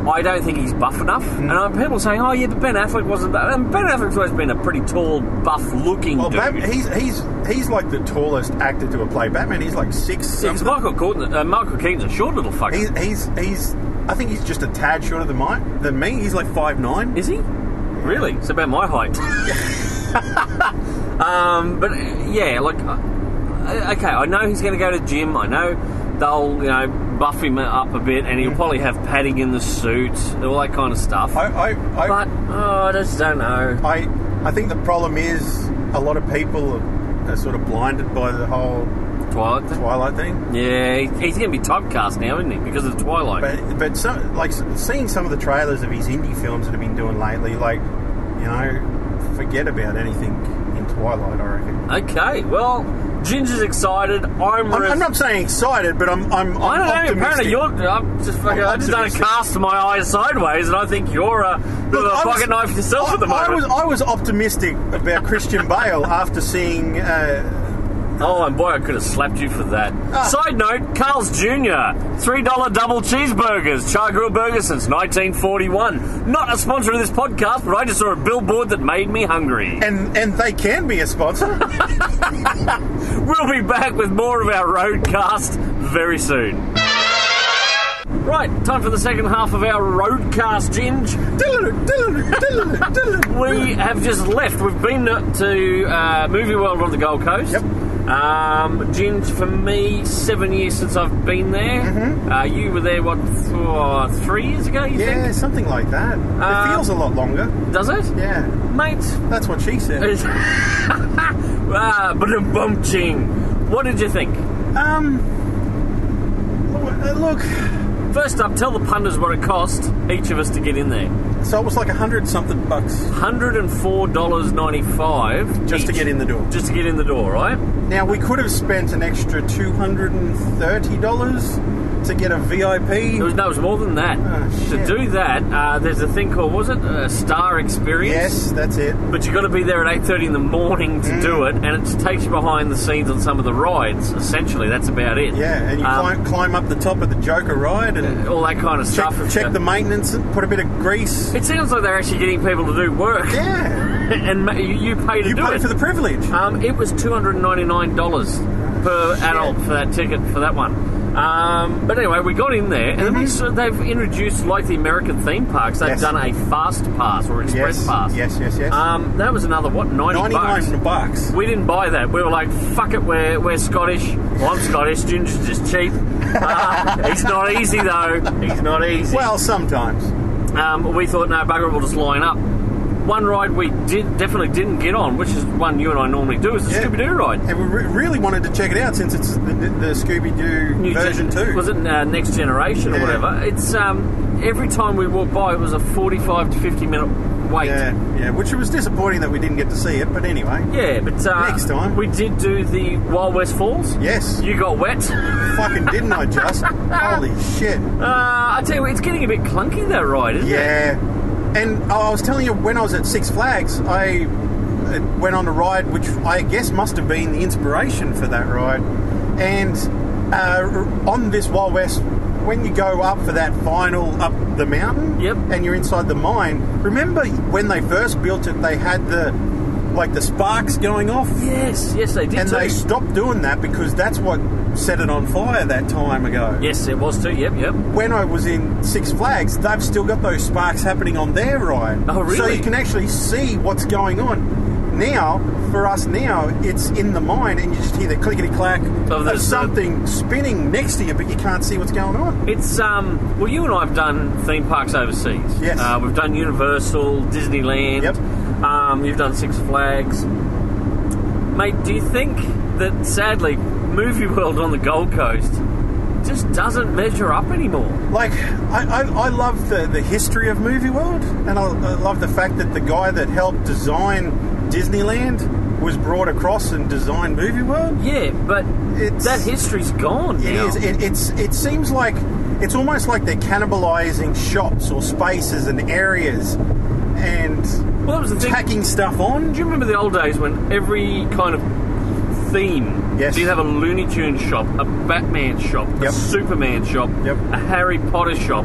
[SPEAKER 1] I don't think he's buff enough.
[SPEAKER 2] Mm-hmm.
[SPEAKER 1] And I'm people saying, "Oh yeah, but Ben Affleck wasn't that." And Ben Affleck's always been a pretty tall, buff-looking
[SPEAKER 2] well,
[SPEAKER 1] dude.
[SPEAKER 2] Batman, he's he's he's like the tallest actor to have played Batman. He's like six.
[SPEAKER 1] Yeah, 'cause
[SPEAKER 2] Something.
[SPEAKER 1] Michael Keaton, uh, Michael Keaton's a short little fucker.
[SPEAKER 2] He's, he's he's I think he's just a tad shorter than my than me. He's like five nine.
[SPEAKER 1] Is he? Really? It's about my height. <laughs> um, but uh, yeah, like, uh, okay, I know he's going to go to gym. I know they'll, you know, buff him up a bit, and he'll probably have padding in the suit, all that kind of stuff.
[SPEAKER 2] Mm. I I I,
[SPEAKER 1] but oh, I just don't know.
[SPEAKER 2] I I think the problem is a lot of people are, are sort of blinded by the whole
[SPEAKER 1] Twilight. thing?
[SPEAKER 2] Twilight thing.
[SPEAKER 1] Yeah, he- he's going to be typecast now, isn't he? Because of Twilight.
[SPEAKER 2] But but some like seeing some of the trailers of his indie films that have been doing lately, like you know, forget about anything in Twilight. I reckon.
[SPEAKER 1] okay, well, Ginger's excited. I'm.
[SPEAKER 2] I'm,
[SPEAKER 1] ref-
[SPEAKER 2] I'm not saying excited, but I'm I'm, I'm
[SPEAKER 1] I don't
[SPEAKER 2] optimistic.
[SPEAKER 1] know. Apparently, you're. I'm just fucking. I just don't
[SPEAKER 2] optimistic.
[SPEAKER 1] cast my eyes sideways, and I think you're a bit of
[SPEAKER 2] Look,
[SPEAKER 1] a
[SPEAKER 2] I was-
[SPEAKER 1] pocket knife yourself at the
[SPEAKER 2] I, I was
[SPEAKER 1] moment.
[SPEAKER 2] I was optimistic about Christian
[SPEAKER 1] <laughs>
[SPEAKER 2] Bale after seeing. Uh,
[SPEAKER 1] oh, and boy, I could have slapped you for that.
[SPEAKER 2] Ah.
[SPEAKER 1] Side note: Carl's Jr. three dollar double cheeseburgers, char grill burger since 1941. Not a sponsor of this podcast, but I just saw a billboard that made me hungry.
[SPEAKER 2] and and they can be
[SPEAKER 1] <laughs>
[SPEAKER 2] a sponsor.
[SPEAKER 1] We'll be back with more of our roadcast very soon. Right, time for the second half of our roadcast, Ginge. We have just left. We've been to uh, Movie World on the Gold Coast.
[SPEAKER 2] Yep.
[SPEAKER 1] Um, Ginge, for me, seven years since I've been there. Uh, you were there, what, for three years ago, you
[SPEAKER 2] Mm-hmm. yeah, something like that.
[SPEAKER 1] Um,
[SPEAKER 2] it feels a lot longer.
[SPEAKER 1] think? Does it?
[SPEAKER 2] Yeah,
[SPEAKER 1] Mate. <laughs>
[SPEAKER 2] that's what she said.
[SPEAKER 1] ah, bum ching. What did you think?
[SPEAKER 2] Um, uh, look,
[SPEAKER 1] First up, tell the punters what it cost each of us to get in there.
[SPEAKER 2] so it was like a hundred something bucks
[SPEAKER 1] $104.95
[SPEAKER 2] just to
[SPEAKER 1] each.
[SPEAKER 2] get in the door.
[SPEAKER 1] Just to get in the door, right?
[SPEAKER 2] Now we could have spent an extra two hundred and thirty dollars to get a VIP.
[SPEAKER 1] It was, no, it was more than that.
[SPEAKER 2] Oh,
[SPEAKER 1] to
[SPEAKER 2] shit.
[SPEAKER 1] do that, uh, there's a thing called, was it? A star experience?
[SPEAKER 2] yes, Mm. that's it.
[SPEAKER 1] But you've got to be there at 8.30 in the morning to do it, and it takes you behind the scenes on some of the rides, essentially. That's about it.
[SPEAKER 2] Yeah, and you
[SPEAKER 1] Um,
[SPEAKER 2] climb, climb up the top of the Joker ride and
[SPEAKER 1] All that kind of
[SPEAKER 2] check,
[SPEAKER 1] stuff.
[SPEAKER 2] check the maintenance, and put a bit of grease.
[SPEAKER 1] It sounds like they're actually getting people to do work,
[SPEAKER 2] Yeah,
[SPEAKER 1] <laughs> and ma- you, you pay to
[SPEAKER 2] you
[SPEAKER 1] do
[SPEAKER 2] pay
[SPEAKER 1] it.
[SPEAKER 2] for the privilege.
[SPEAKER 1] Um, it was two hundred ninety nine dollars per adult for that ticket for that one. Um, but anyway, we got in there, and then we saw they've introduced like the American theme parks. They've
[SPEAKER 2] Mm-hmm. Yes.
[SPEAKER 1] done a fast pass or express
[SPEAKER 2] yes,
[SPEAKER 1] pass.
[SPEAKER 2] yes, yes, yes.
[SPEAKER 1] Um, that was another what ninety bucks.
[SPEAKER 2] Ninety-nine bucks.
[SPEAKER 1] We didn't buy that. We were like, fuck it, we're, we're Scottish. Well, I'm Scottish. Ginger's just cheap.
[SPEAKER 2] <laughs>
[SPEAKER 1] Uh, he's not easy, though. He's not easy.
[SPEAKER 2] Well, sometimes.
[SPEAKER 1] Um, we thought, no, bugger, it, we'll just line up. One ride we did definitely didn't get on, which is one you and I normally do, is the
[SPEAKER 2] Yeah.
[SPEAKER 1] Scooby Doo ride.
[SPEAKER 2] And we re- really wanted to check it out since it's the, the Scooby Doo
[SPEAKER 1] New
[SPEAKER 2] version
[SPEAKER 1] gen-
[SPEAKER 2] 2.
[SPEAKER 1] Was it uh, Next Generation or
[SPEAKER 2] Yeah.
[SPEAKER 1] whatever? It's um, every time we walked by, it was a forty-five to fifty minute wait.
[SPEAKER 2] Yeah, yeah, which was disappointing that we didn't get to see it, but anyway.
[SPEAKER 1] Yeah, but uh,
[SPEAKER 2] Next time.
[SPEAKER 1] we did do the Wild West Falls.
[SPEAKER 2] Yes,
[SPEAKER 1] You got wet. <laughs> Uh,
[SPEAKER 2] fucking didn't I just? Holy shit.
[SPEAKER 1] I tell you, what, it's getting a bit clunky that ride, isn't it?
[SPEAKER 2] Yeah. And I was telling you, when I was at Six Flags, I uh, went on a ride which I guess must have been the inspiration for that ride. And uh, on this Wild West, when you go up for that final up the mountain,
[SPEAKER 1] Yep.
[SPEAKER 2] and you're inside the mine. Remember when they first built it, they had the like the sparks going off,
[SPEAKER 1] Yes, yes, they did
[SPEAKER 2] and
[SPEAKER 1] too.
[SPEAKER 2] they stopped doing that because that's what set it on fire that time ago
[SPEAKER 1] yes, it was too. Yep, yep.
[SPEAKER 2] when I was in Six Flags, they've still got those sparks happening on their ride.
[SPEAKER 1] Oh,
[SPEAKER 2] So
[SPEAKER 1] really?
[SPEAKER 2] you can actually see what's going on. Now, for us now, it's in the mine, and you just hear the clickety clack
[SPEAKER 1] Of
[SPEAKER 2] of,
[SPEAKER 1] the-
[SPEAKER 2] something spinning next to you, but you can't see what's going on.
[SPEAKER 1] It's um. Well, you and I have done theme parks overseas.
[SPEAKER 2] Yes.
[SPEAKER 1] Uh, we've done Universal, Disneyland.
[SPEAKER 2] Yep.
[SPEAKER 1] Um, you've done Six Flags. Mate, do you think that sadly movie world on the Gold Coast just doesn't measure up anymore.
[SPEAKER 2] like I, I, I love the, the history of movie world and I, I love the fact that the guy that helped design disneyland was brought across and designed movie world
[SPEAKER 1] Yeah, but
[SPEAKER 2] It's-
[SPEAKER 1] that history's gone
[SPEAKER 2] It
[SPEAKER 1] now.
[SPEAKER 2] is. It, it's. It seems like it's almost like they're cannibalizing shops or spaces and areas, and
[SPEAKER 1] well, that was the thing.
[SPEAKER 2] tacking stuff on.
[SPEAKER 1] Do you remember the old days when every kind of theme
[SPEAKER 2] Yes.
[SPEAKER 1] did have a Looney Tunes shop, a Batman shop, a
[SPEAKER 2] Yep.
[SPEAKER 1] Superman shop,
[SPEAKER 2] Yep.
[SPEAKER 1] a Harry Potter shop,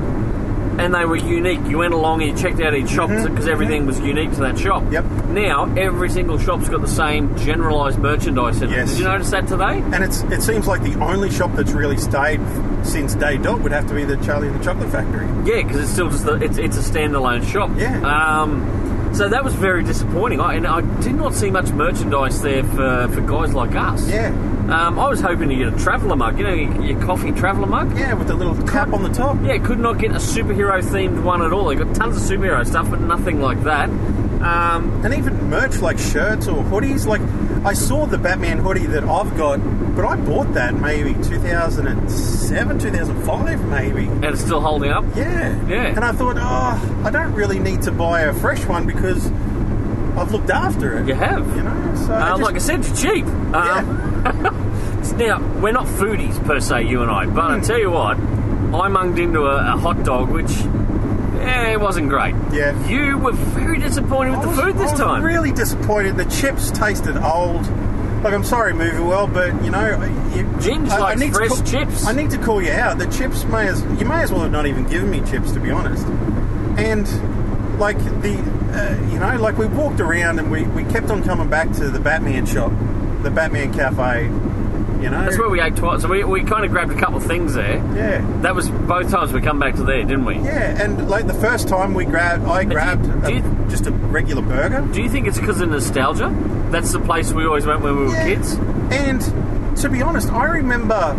[SPEAKER 1] and they were unique. You went along and you checked out each shop because everything was unique to that shop.
[SPEAKER 2] Mm-hmm. Yep.
[SPEAKER 1] Now every single shop's got the same generalised merchandise in it.
[SPEAKER 2] Yes.
[SPEAKER 1] Did you notice that today?
[SPEAKER 2] And it's. It seems like the only shop that's really stayed since day dot would have to be the Charlie and the Chocolate Factory.
[SPEAKER 1] Yeah, because it's still just the, it's it's a standalone shop.
[SPEAKER 2] Yeah.
[SPEAKER 1] Um, so that was very disappointing. I, and I did not see much merchandise there for, for guys like us.
[SPEAKER 2] Yeah.
[SPEAKER 1] Um, I was hoping to get a traveller mug. You know, your, your coffee traveller mug.
[SPEAKER 2] Yeah, with the little cap on the top.
[SPEAKER 1] Yeah, could not get a superhero themed one at all. They got tons of superhero stuff, but nothing like that. Um,
[SPEAKER 2] And even merch like shirts or hoodies. Like I saw the Batman hoodie that I've got, but I bought that maybe 2007, 2005, maybe.
[SPEAKER 1] and it's still holding up.
[SPEAKER 2] Yeah.
[SPEAKER 1] Yeah.
[SPEAKER 2] And I thought, oh, I don't really need to buy a fresh one because I've looked after it.
[SPEAKER 1] You have.
[SPEAKER 2] You know, so I
[SPEAKER 1] Uh,
[SPEAKER 2] just-
[SPEAKER 1] like I said, you're cheap. Um, now, we're not foodies per se, you and I, but
[SPEAKER 2] Hmm.
[SPEAKER 1] I tell you what, I munged into a, a hot dog, which, yeah, it wasn't great.
[SPEAKER 2] Yeah.
[SPEAKER 1] You were very disappointed with
[SPEAKER 2] I was-
[SPEAKER 1] the food this
[SPEAKER 2] I was
[SPEAKER 1] time.
[SPEAKER 2] really disappointed. The chips tasted old. Like, I'm sorry, Movie World, but you know, I- you,
[SPEAKER 1] Ginge
[SPEAKER 2] I, I
[SPEAKER 1] likes
[SPEAKER 2] need to
[SPEAKER 1] fresh
[SPEAKER 2] call-
[SPEAKER 1] chips.
[SPEAKER 2] I need to call you out. The chips may as you may as well have not even given me chips, to be honest. And like the, uh, you know, like we walked around and we, we kept on coming back to the Batman shop, the Batman cafe. You know,
[SPEAKER 1] That's where we ate twice, so we, we kind of grabbed a couple of things there.
[SPEAKER 2] yeah.
[SPEAKER 1] That was both times we come back to there, didn't we?
[SPEAKER 2] Yeah, and like the first time we grabbed, I
[SPEAKER 1] you-
[SPEAKER 2] grabbed
[SPEAKER 1] do
[SPEAKER 2] a,
[SPEAKER 1] you-
[SPEAKER 2] just a regular burger.
[SPEAKER 1] Do you think it's because of nostalgia? That's the place we always went when we were
[SPEAKER 2] Yeah.
[SPEAKER 1] kids.
[SPEAKER 2] And to be honest, I remember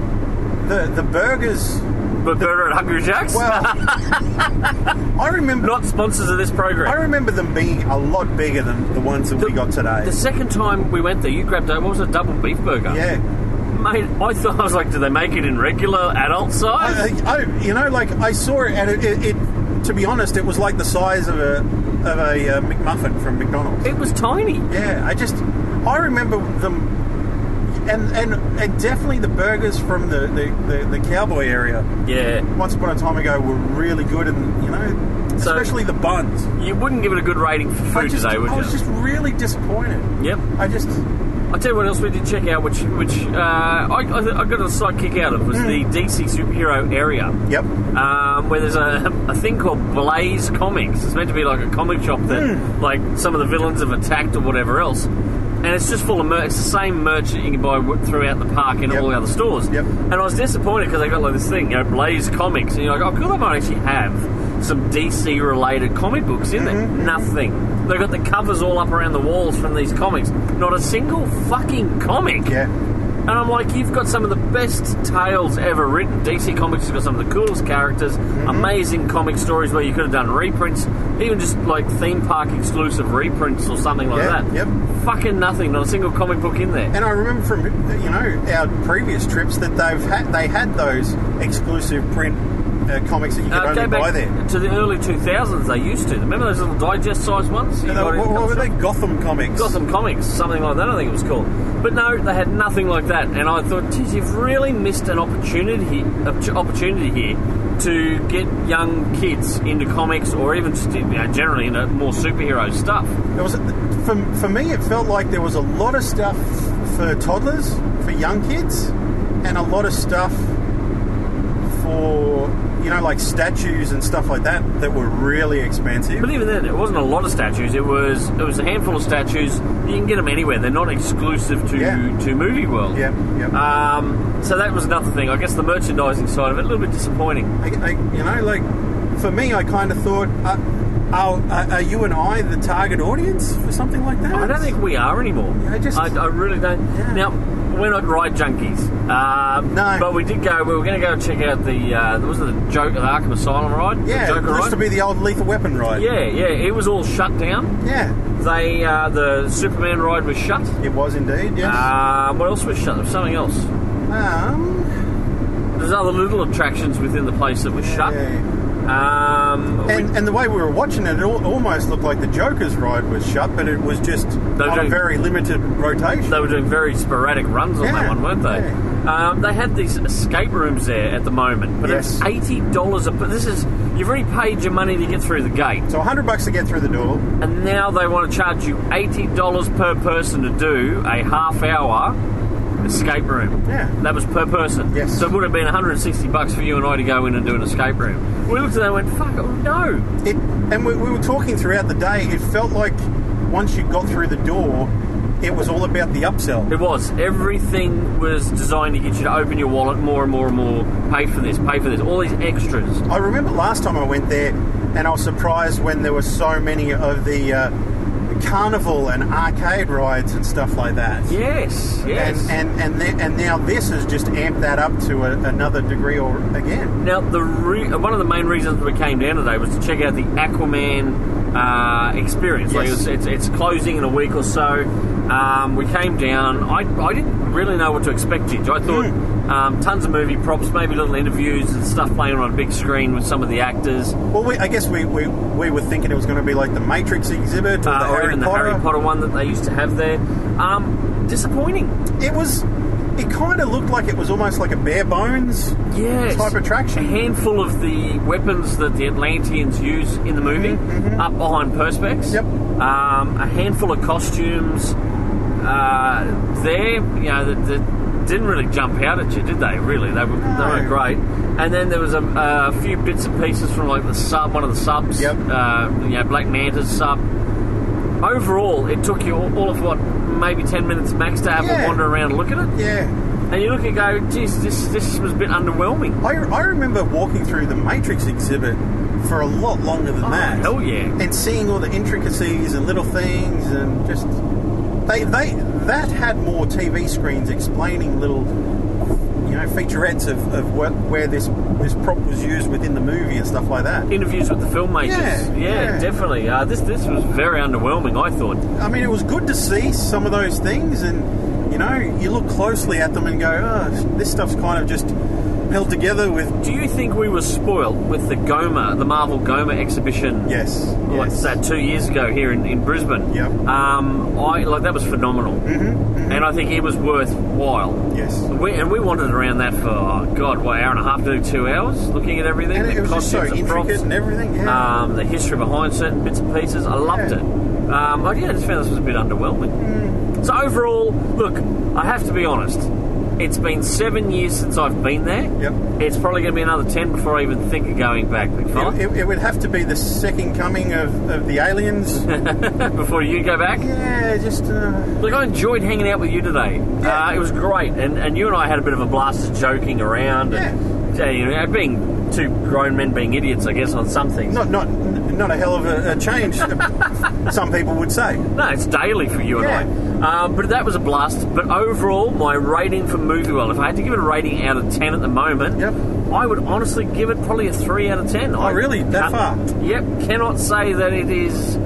[SPEAKER 2] the the burgers.
[SPEAKER 1] But Burger at Hungry Jack's? <laughs>
[SPEAKER 2] Well, I remember
[SPEAKER 1] not sponsors of this program.
[SPEAKER 2] I remember them being a lot bigger than the ones that we got today.
[SPEAKER 1] The second time we went there, you grabbed a, what was it, double beef burger?
[SPEAKER 2] Yeah,
[SPEAKER 1] Mate, I thought, <laughs> I was like, do they make it in regular adult size?
[SPEAKER 2] I, I, I- you know, like I saw it, and it, it, it, to be honest, it was like the size of a of a uh, McMuffin from McDonald's.
[SPEAKER 1] it was tiny.
[SPEAKER 2] Yeah, I just I remember them, and and, and definitely the burgers from the, the, the, the cowboy area.
[SPEAKER 1] Yeah.
[SPEAKER 2] Once upon a time ago were really good, and you know,
[SPEAKER 1] So-
[SPEAKER 2] especially the buns.
[SPEAKER 1] You wouldn't give it a good rating for
[SPEAKER 2] I
[SPEAKER 1] food
[SPEAKER 2] just,
[SPEAKER 1] today, would
[SPEAKER 2] I
[SPEAKER 1] you?
[SPEAKER 2] was just really disappointed.
[SPEAKER 1] yep.
[SPEAKER 2] I just
[SPEAKER 1] I'll tell you what else we did check out, which which uh, I, I, I got a side kick out of, was
[SPEAKER 2] Hmm.
[SPEAKER 1] the DC superhero area.
[SPEAKER 2] yep.
[SPEAKER 1] um, where there's a, a thing called Blaze Comics. It's meant to be like a comic shop that
[SPEAKER 2] Hmm.
[SPEAKER 1] like some of the villains have attacked or whatever else. And it's just full of merch. It's the same merch that you can buy w- throughout the park and
[SPEAKER 2] Yep.
[SPEAKER 1] all the other stores.
[SPEAKER 2] Yep.
[SPEAKER 1] And I was disappointed because they got like this thing, you know, Blaze Comics, and you're like, oh, cool, I might actually have some DC related comic books in there.
[SPEAKER 2] Mm-hmm.
[SPEAKER 1] Nothing. They've got the covers all up around the walls from these comics. Not a single fucking comic.
[SPEAKER 2] Yeah,
[SPEAKER 1] And I'm like, you've got some of the best tales ever written. DC Comics has got some of the coolest characters,
[SPEAKER 2] Mm-hmm.
[SPEAKER 1] amazing comic stories where you could have done reprints, even just like theme park exclusive reprints or something like
[SPEAKER 2] Yeah,
[SPEAKER 1] that.
[SPEAKER 2] yep.
[SPEAKER 1] Fucking nothing, not a single comic book in there.
[SPEAKER 2] and I remember from you know our previous trips that they've had they had those exclusive print uh, comics that you could
[SPEAKER 1] Uh,
[SPEAKER 2] only
[SPEAKER 1] go
[SPEAKER 2] buy
[SPEAKER 1] back
[SPEAKER 2] there.
[SPEAKER 1] to the early 2000s, they used to. Remember those little digest sized ones? you
[SPEAKER 2] And they-
[SPEAKER 1] got in
[SPEAKER 2] what,
[SPEAKER 1] the
[SPEAKER 2] what
[SPEAKER 1] comic
[SPEAKER 2] were
[SPEAKER 1] shop?
[SPEAKER 2] they? Gotham comics.
[SPEAKER 1] Gotham Comics, something like that. I think it was called. But no, they had nothing like that. And I thought, geez, you've really missed an opportunity opp- opportunity here to get young kids into comics or even just you know, generally into more superhero stuff.
[SPEAKER 2] It was for, for me. It felt like there was a lot of stuff for toddlers, for young kids, and a lot of stuff for you know like statues and stuff like that that were really expensive.
[SPEAKER 1] But even then, it wasn't a lot of statues. It was it was a handful of statues. You can get them anywhere. They're not exclusive to
[SPEAKER 2] Yeah.
[SPEAKER 1] to movie world.
[SPEAKER 2] Yeah, yeah.
[SPEAKER 1] Um, so that was another thing. I guess the merchandising side of it a little bit disappointing.
[SPEAKER 2] I, I, you know, like for me, I kind of thought, uh, are, are are you and I the target audience for something like that?
[SPEAKER 1] I don't think we are anymore.
[SPEAKER 2] I just-
[SPEAKER 1] I, I really don't.
[SPEAKER 2] Yeah.
[SPEAKER 1] Now, we're not ride junkies. Uh,
[SPEAKER 2] No.
[SPEAKER 1] But we did go, we were going to go check out the, uh, was it the Joker, the Arkham Asylum ride? The
[SPEAKER 2] Yeah, it
[SPEAKER 1] Joker
[SPEAKER 2] used
[SPEAKER 1] ride?
[SPEAKER 2] to be the old Lethal Weapon ride.
[SPEAKER 1] yeah, yeah, it was all shut down.
[SPEAKER 2] yeah,
[SPEAKER 1] They, uh, the Superman ride was shut.
[SPEAKER 2] it was indeed. Yes.
[SPEAKER 1] Uh, what else was shut? Something else.
[SPEAKER 2] Um,
[SPEAKER 1] There's other little attractions within the place that were shut.
[SPEAKER 2] yeah.
[SPEAKER 1] Um, we-
[SPEAKER 2] And, and the way we were watching it, it al- almost looked like the Joker's ride was shut, but it was just
[SPEAKER 1] They're
[SPEAKER 2] on a
[SPEAKER 1] doing-
[SPEAKER 2] very limited rotation.
[SPEAKER 1] they were doing very sporadic runs on
[SPEAKER 2] Yeah,
[SPEAKER 1] that one, weren't they? Um, they had these escape rooms there at the moment, but
[SPEAKER 2] Yes.
[SPEAKER 1] it's eighty dollars a. But this is you've already paid your money to get through the gate,
[SPEAKER 2] So 100 bucks to get through the door.
[SPEAKER 1] and now they want to charge you eighty dollars per person to do a half hour escape room.
[SPEAKER 2] Yeah.
[SPEAKER 1] That was per person.
[SPEAKER 2] Yes.
[SPEAKER 1] So it would have been 160 bucks for you and I to go in and do an escape room. We looked at that and went, fuck, oh, no.
[SPEAKER 2] It, and we, we were talking throughout the day. It felt like once you got through the door, it was all about the upsell.
[SPEAKER 1] It was. Everything was designed to get you to open your wallet more and more and more, pay for this, pay for this, all these extras.
[SPEAKER 2] I remember last time I went there, and I was surprised when there were so many of the uh, carnival and arcade rides and stuff like that.
[SPEAKER 1] Yes, yes.
[SPEAKER 2] And and and, the, and now this has just amped that up to a, another degree or again.
[SPEAKER 1] Now, the re- one of the main reasons we came down today was to check out the Aquaman uh, experience. Like
[SPEAKER 2] Yes.
[SPEAKER 1] it's, it's, it's closing in a week or so. Um, we came down. I, I didn't really know what to expect. Ginger. I thought
[SPEAKER 2] Hmm.
[SPEAKER 1] um, tons of movie props, maybe little interviews and stuff playing on a big screen with some of the actors, uh,
[SPEAKER 2] Well, we, I guess we, we we were thinking it was going to be like the Matrix exhibit or, the,
[SPEAKER 1] Uh, or
[SPEAKER 2] Harry
[SPEAKER 1] even the Harry Potter one that they used to have there. Um, disappointing.
[SPEAKER 2] It was. It kind of looked like it was almost like a bare bones
[SPEAKER 1] Yes.
[SPEAKER 2] type attraction.
[SPEAKER 1] A handful of the weapons that the Atlanteans use in the movie up behind Perspex.
[SPEAKER 2] Mm-hmm, Yep.
[SPEAKER 1] Um, a handful of costumes uh, there, you know, that, that didn't really jump out at you, did they? Really, they were they
[SPEAKER 2] No.
[SPEAKER 1] weren't great. And then there was a, a few bits and pieces from like the sub, one of the subs,
[SPEAKER 2] Yep.
[SPEAKER 1] uh, you know, Black Manta's sub. Overall, it took you all, all of what maybe ten minutes max to have
[SPEAKER 2] Yeah.
[SPEAKER 1] a wander around and look at it,
[SPEAKER 2] Yeah.
[SPEAKER 1] and you look and go, "Geez, this this was a bit underwhelming."
[SPEAKER 2] I, I remember walking through the Matrix exhibit for a lot longer than
[SPEAKER 1] Oh,
[SPEAKER 2] that.
[SPEAKER 1] hell yeah.
[SPEAKER 2] And seeing all the intricacies and little things and just they they that had more TV screens explaining little you know featurettes of, of what, where this this prop was used within the movie and stuff like that.
[SPEAKER 1] interviews with the filmmakers.
[SPEAKER 2] Yeah,
[SPEAKER 1] Yeah,
[SPEAKER 2] yeah.
[SPEAKER 1] definitely. Uh, this this was very underwhelming. I thought.
[SPEAKER 2] I mean, it was good to see some of those things, and you know, you look closely at them and go, oh, this stuff's kind of just held together with
[SPEAKER 1] Do you think we were spoilt with the Goma, the Marvel Goma exhibition?
[SPEAKER 2] yes,
[SPEAKER 1] What's
[SPEAKER 2] yes.
[SPEAKER 1] that? Two years ago here in, in Brisbane.
[SPEAKER 2] Yep. Mm-hmm,
[SPEAKER 1] Um, I like that was phenomenal, and I think it was worthwhile.
[SPEAKER 2] Yes.
[SPEAKER 1] We, and we wandered around that for oh god, what hour and a half to two hours, looking at everything.
[SPEAKER 2] And
[SPEAKER 1] the
[SPEAKER 2] it was just so
[SPEAKER 1] costumes, the props.
[SPEAKER 2] intricate and everything. Yeah.
[SPEAKER 1] um, the history behind certain bits and pieces. I loved
[SPEAKER 2] Yeah.
[SPEAKER 1] it. Um, I, yeah, I just found this was a bit underwhelming.
[SPEAKER 2] Mm.
[SPEAKER 1] So overall, look, I have to be honest. It's been seven years since I've been there.
[SPEAKER 2] Yep.
[SPEAKER 1] It's probably going to be another ten before I even think of going back. Big fella.
[SPEAKER 2] It, it, it would have to be the second coming of, of
[SPEAKER 1] <laughs>
[SPEAKER 2] the aliens.
[SPEAKER 1] before you go back.
[SPEAKER 2] yeah, just uh,
[SPEAKER 1] Look, I enjoyed hanging out with you today.
[SPEAKER 2] Yeah.
[SPEAKER 1] Uh, it was great, and, and you and I had a bit of a blast of joking around and uh, you know being two grown men being idiots, I guess, on some things.
[SPEAKER 2] not not not a hell of a, a change. <laughs> some people would say.
[SPEAKER 1] No, it's daily for you and I. Um, but that was a blast. But overall, my rating for Movie World, if I had to give it a rating out of 10 at the moment,
[SPEAKER 2] Yep.
[SPEAKER 1] I would honestly give it probably a 3 out of 10.
[SPEAKER 2] Oh, really? That far?
[SPEAKER 1] Yep. Cannot say that it is.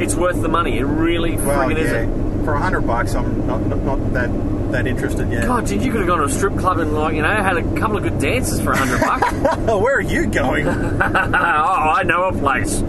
[SPEAKER 1] It's worth the money. It really
[SPEAKER 2] Well,
[SPEAKER 1] friggin'
[SPEAKER 2] yeah,
[SPEAKER 1] isn't.
[SPEAKER 2] for hundred bucks, I'm not, not not that that interested yet.
[SPEAKER 1] God, dude, you could have gone to a strip club and, like, you know, had a couple of good dances for 100
[SPEAKER 2] <laughs>
[SPEAKER 1] bucks. <laughs>
[SPEAKER 2] Oh, where are you going?
[SPEAKER 1] oh, I know a place.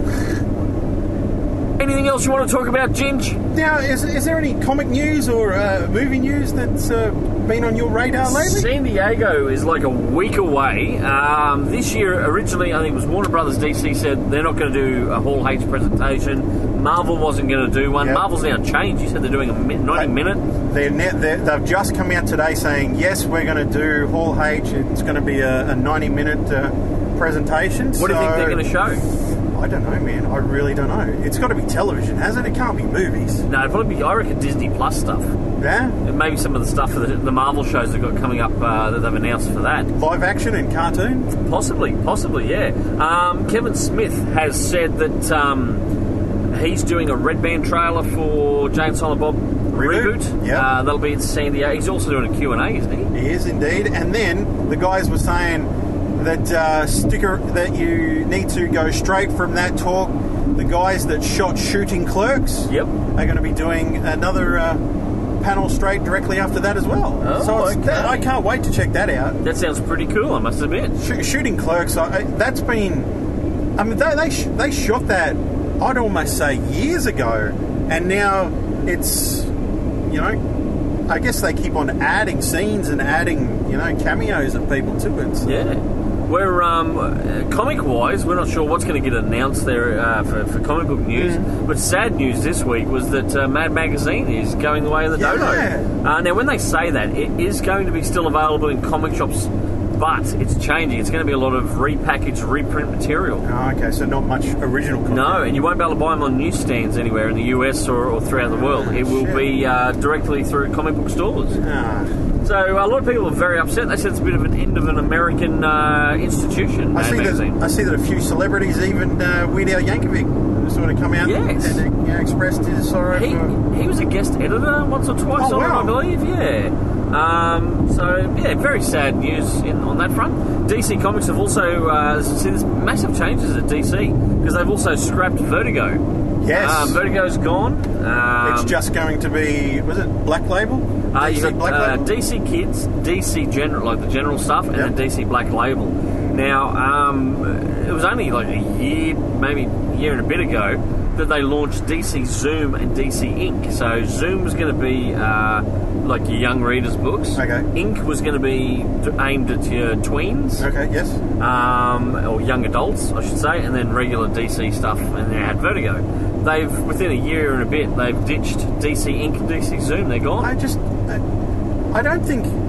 [SPEAKER 1] Anything else you want to talk about, Ginge?
[SPEAKER 2] now, is, is there any comic news or uh, movie news that's uh, been on your radar lately?
[SPEAKER 1] San Diego is like a week away. Um, this year, originally, I think it was Warner Brothers DC said they're not going to do a Hall H presentation. Marvel wasn't going to do one.
[SPEAKER 2] Yeah.
[SPEAKER 1] Marvel's now changed. You said they're doing a mi- 90 minute.
[SPEAKER 2] They're ne- they're, they've just come out today saying, yes, we're going to do Hall H. It's going to be a, a 90 minute uh, presentation.
[SPEAKER 1] What do you think they're going to show?
[SPEAKER 2] I don't know, man. I really don't know. It's got to be television, hasn't it? It can't be movies.
[SPEAKER 1] No, it'd probably be, I reckon, Disney Plus stuff.
[SPEAKER 2] Yeah?
[SPEAKER 1] And maybe some of the stuff for the, the Marvel shows they've got coming up uh, that they've announced for that.
[SPEAKER 2] Live action and cartoon?
[SPEAKER 1] Possibly, possibly, yeah. Um, Kevin Smith has said that um, he's doing a red band trailer for James Silent Bob
[SPEAKER 2] Reboot,
[SPEAKER 1] reboot.
[SPEAKER 2] yeah.
[SPEAKER 1] uh, that'll be in San Diego. He's also doing a Q and A, isn't he?
[SPEAKER 2] It is indeed. And then the guys were saying that uh, sticker that you need to go straight from that talk. The guys that shot Shooting Clerks
[SPEAKER 1] Yep.
[SPEAKER 2] are going to be doing another uh, Panel Strait directly after that as well.
[SPEAKER 1] Oh,
[SPEAKER 2] so it's, that,
[SPEAKER 1] okay.
[SPEAKER 2] I can't wait to check that out.
[SPEAKER 1] That sounds pretty cool, I must admit.
[SPEAKER 2] Shoo- shooting Clerks, I, I- that's been. I mean, they they, sh- they shot that. I'd almost say years ago, and now it's you know, I guess they keep on adding scenes and adding you know cameos of people to it. So-
[SPEAKER 1] Yeah. We're um, uh, comic wise, we're not sure what's going to get announced there uh, for, for comic book news.
[SPEAKER 2] Mm.
[SPEAKER 1] But sad news this week was that uh, Mad Magazine is going the way of the
[SPEAKER 2] Yeah.
[SPEAKER 1] dodo. Uh, now, when they say that, it is going to be still available in comic shops, but it's changing. It's going to be a lot of repackaged reprint material.
[SPEAKER 2] Oh, okay, so not much original. Content.
[SPEAKER 1] No, and you won't be able to buy them on newsstands anywhere in the US or, or throughout the world. It will
[SPEAKER 2] Oh, Shit.
[SPEAKER 1] be uh, directly through comic book stores.
[SPEAKER 2] Ah.
[SPEAKER 1] So a lot of people are very upset. They said it's a bit of an end of an American uh, institution.
[SPEAKER 2] I
[SPEAKER 1] Mad
[SPEAKER 2] see
[SPEAKER 1] magazine.
[SPEAKER 2] that. I see that a few celebrities, even uh, Weird Al Yankovic, have sort of come out
[SPEAKER 1] Yes.
[SPEAKER 2] and uh, you know, expressed his sorrow.
[SPEAKER 1] He,
[SPEAKER 2] for,
[SPEAKER 1] he was a guest editor once or twice
[SPEAKER 2] Oh,
[SPEAKER 1] on
[SPEAKER 2] wow.
[SPEAKER 1] it, I believe. Yeah. Um, so yeah, very sad news in, on that front. DC Comics have also uh, seen massive changes at DC because they've also scrapped Vertigo.
[SPEAKER 2] Yes.
[SPEAKER 1] Um, Vertigo's gone. Um,
[SPEAKER 2] it's just going to be was it Black Label?
[SPEAKER 1] Uh, you've
[SPEAKER 2] DC
[SPEAKER 1] got
[SPEAKER 2] Black
[SPEAKER 1] uh,
[SPEAKER 2] Label.
[SPEAKER 1] DC Kids, DC General, like the general stuff, and
[SPEAKER 2] Yep.
[SPEAKER 1] then DC Black Label. Now, um, it was only like a year, maybe a year and a bit ago, that they launched DC Zoom and DC Ink. So Zoom was going to be uh, like your young readers' books.
[SPEAKER 2] Okay.
[SPEAKER 1] Ink was going to be d- aimed at your tweens
[SPEAKER 2] okay. Yes.
[SPEAKER 1] um, or young adults, I should say, and then regular DC stuff, and they had Vertigo. They've within a year and a bit, they've ditched DC Ink and DC Zoom. They're gone.
[SPEAKER 2] I just. I, I don't think.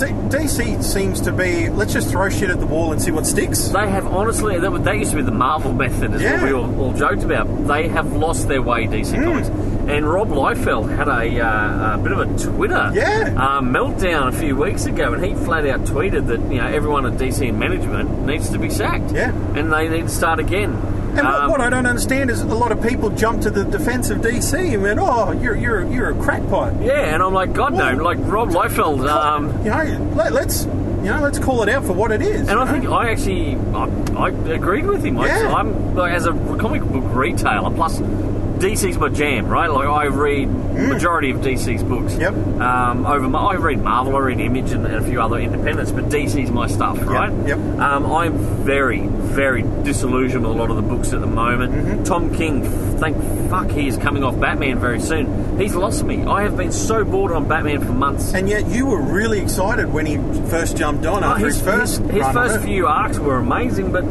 [SPEAKER 2] D- DC seems to be. Let's just throw shit at the wall and see what sticks.
[SPEAKER 1] They have honestly that, was- that used to be the Marvel method, is
[SPEAKER 2] Yeah. Hmm.
[SPEAKER 1] what we all, all joked about. They have lost their way, DC Comics. And Rob Liefeld had a, uh, a bit of a Twitter
[SPEAKER 2] Yeah.
[SPEAKER 1] uh, meltdown a few weeks ago, and he flat out tweeted that you know everyone at DC in management needs to be sacked,
[SPEAKER 2] Yeah.
[SPEAKER 1] and they need to start again.
[SPEAKER 2] And what,
[SPEAKER 1] Um,
[SPEAKER 2] what I don't understand is a lot of people jump to the defense of DC and went, "Oh, you're you're you're a crackpot."
[SPEAKER 1] yeah, and I'm like, God no,
[SPEAKER 2] Well-
[SPEAKER 1] like Rob Liefeld. Um,
[SPEAKER 2] you know, let, let's you know, let's call it out for what it is.
[SPEAKER 1] And I think I actually I, I agreed with him. I,
[SPEAKER 2] Yeah.
[SPEAKER 1] I'm like as a comic book retailer, plus DC's my jam, right? Like I read majority of DC's books.
[SPEAKER 2] Mm. Yep.
[SPEAKER 1] Um, over my, I read Marvel, I read Image, and, and a few other independents, but DC's my stuff, right?
[SPEAKER 2] yep.
[SPEAKER 1] Um, I'm very, very disillusioned with a lot of the books at the moment.
[SPEAKER 2] Mm-hmm.
[SPEAKER 1] Tom King, thank fuck, he is coming off Batman very soon. He's lost me. I have been so bored on Batman for months.
[SPEAKER 2] And yet you were really excited when he first jumped on
[SPEAKER 1] Oh,
[SPEAKER 2] after his, first
[SPEAKER 1] his, his
[SPEAKER 2] run on
[SPEAKER 1] first
[SPEAKER 2] it.
[SPEAKER 1] few arcs were amazing, but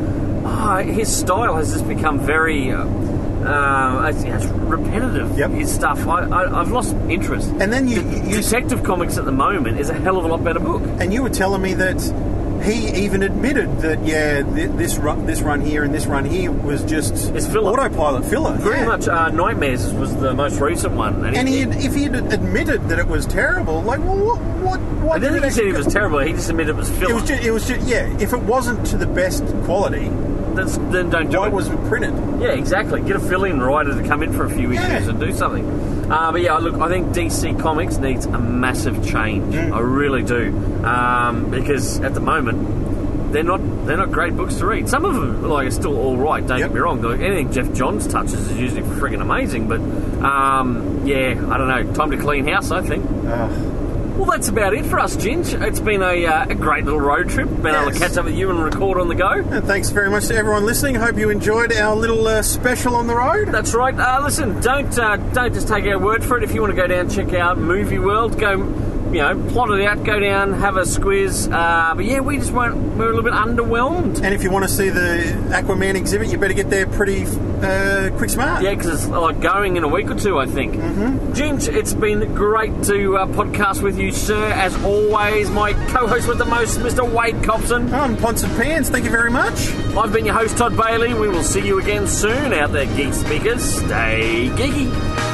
[SPEAKER 1] ah, his style has just become very uh, uh, it's, it's repetitive.
[SPEAKER 2] Yep.
[SPEAKER 1] His stuff, I, I, I've lost interest.
[SPEAKER 2] And then you, you
[SPEAKER 1] Detective Comics at the moment is a hell of a lot better book.
[SPEAKER 2] and you were telling me that he even admitted that yeah th- this run, this run here and this run here was just
[SPEAKER 1] It's filler.
[SPEAKER 2] autopilot filler
[SPEAKER 1] Pretty
[SPEAKER 2] yeah.
[SPEAKER 1] much, uh, Nightmares was the most recent one,
[SPEAKER 2] And he had, if he had admitted that it was terrible, like well, what what what?
[SPEAKER 1] I didn't think he said it was terrible. He just admitted it was filler.
[SPEAKER 2] It was just, it was just yeah. If it wasn't to the best quality,
[SPEAKER 1] That's, then don't do
[SPEAKER 2] why
[SPEAKER 1] it.
[SPEAKER 2] was it printed?
[SPEAKER 1] Yeah, exactly. Get a fill-in writer to come in for a few issues
[SPEAKER 2] Yeah.
[SPEAKER 1] and do something. Uh, but yeah, look, I think DC Comics needs a massive change.
[SPEAKER 2] Mm.
[SPEAKER 1] I really do, um, because at the moment they're not they're not great books to read. Some of them like are still all right. Don't
[SPEAKER 2] Yep.
[SPEAKER 1] get me wrong. Like, anything Jeff Johns touches is usually friggin' amazing. But um, yeah, I don't know. Time to clean house, I think. Well, that's about it for us, Ginge. It's been a, uh, a great little road trip. Been able to
[SPEAKER 2] Yes.
[SPEAKER 1] catch up with you and record on the go.
[SPEAKER 2] And thanks very much to everyone listening. Hope you enjoyed our little uh, special on the road.
[SPEAKER 1] That's right. Uh, listen, don't uh, don't just take our word for it. If you want to go down, check out Movie World. Go, you know, plot it out. Go down, have a squiz. Uh, but yeah, we just weren't. We were a little bit underwhelmed.
[SPEAKER 2] And if you want to see the Aquaman exhibit, you better get there pretty uh, quick smart.
[SPEAKER 1] Yeah, because it's uh, like going in a week or two, I think. Mm-hmm. Ginge, it's been great to uh, podcast with you, sir. As always, my co-host with the most, Mr. Wade Cobson.
[SPEAKER 2] I'm Ponce and Pans. Thank you very much.
[SPEAKER 1] I've been your host, Todd Bailey. We will see you again soon out there, geek speakers. Stay geeky.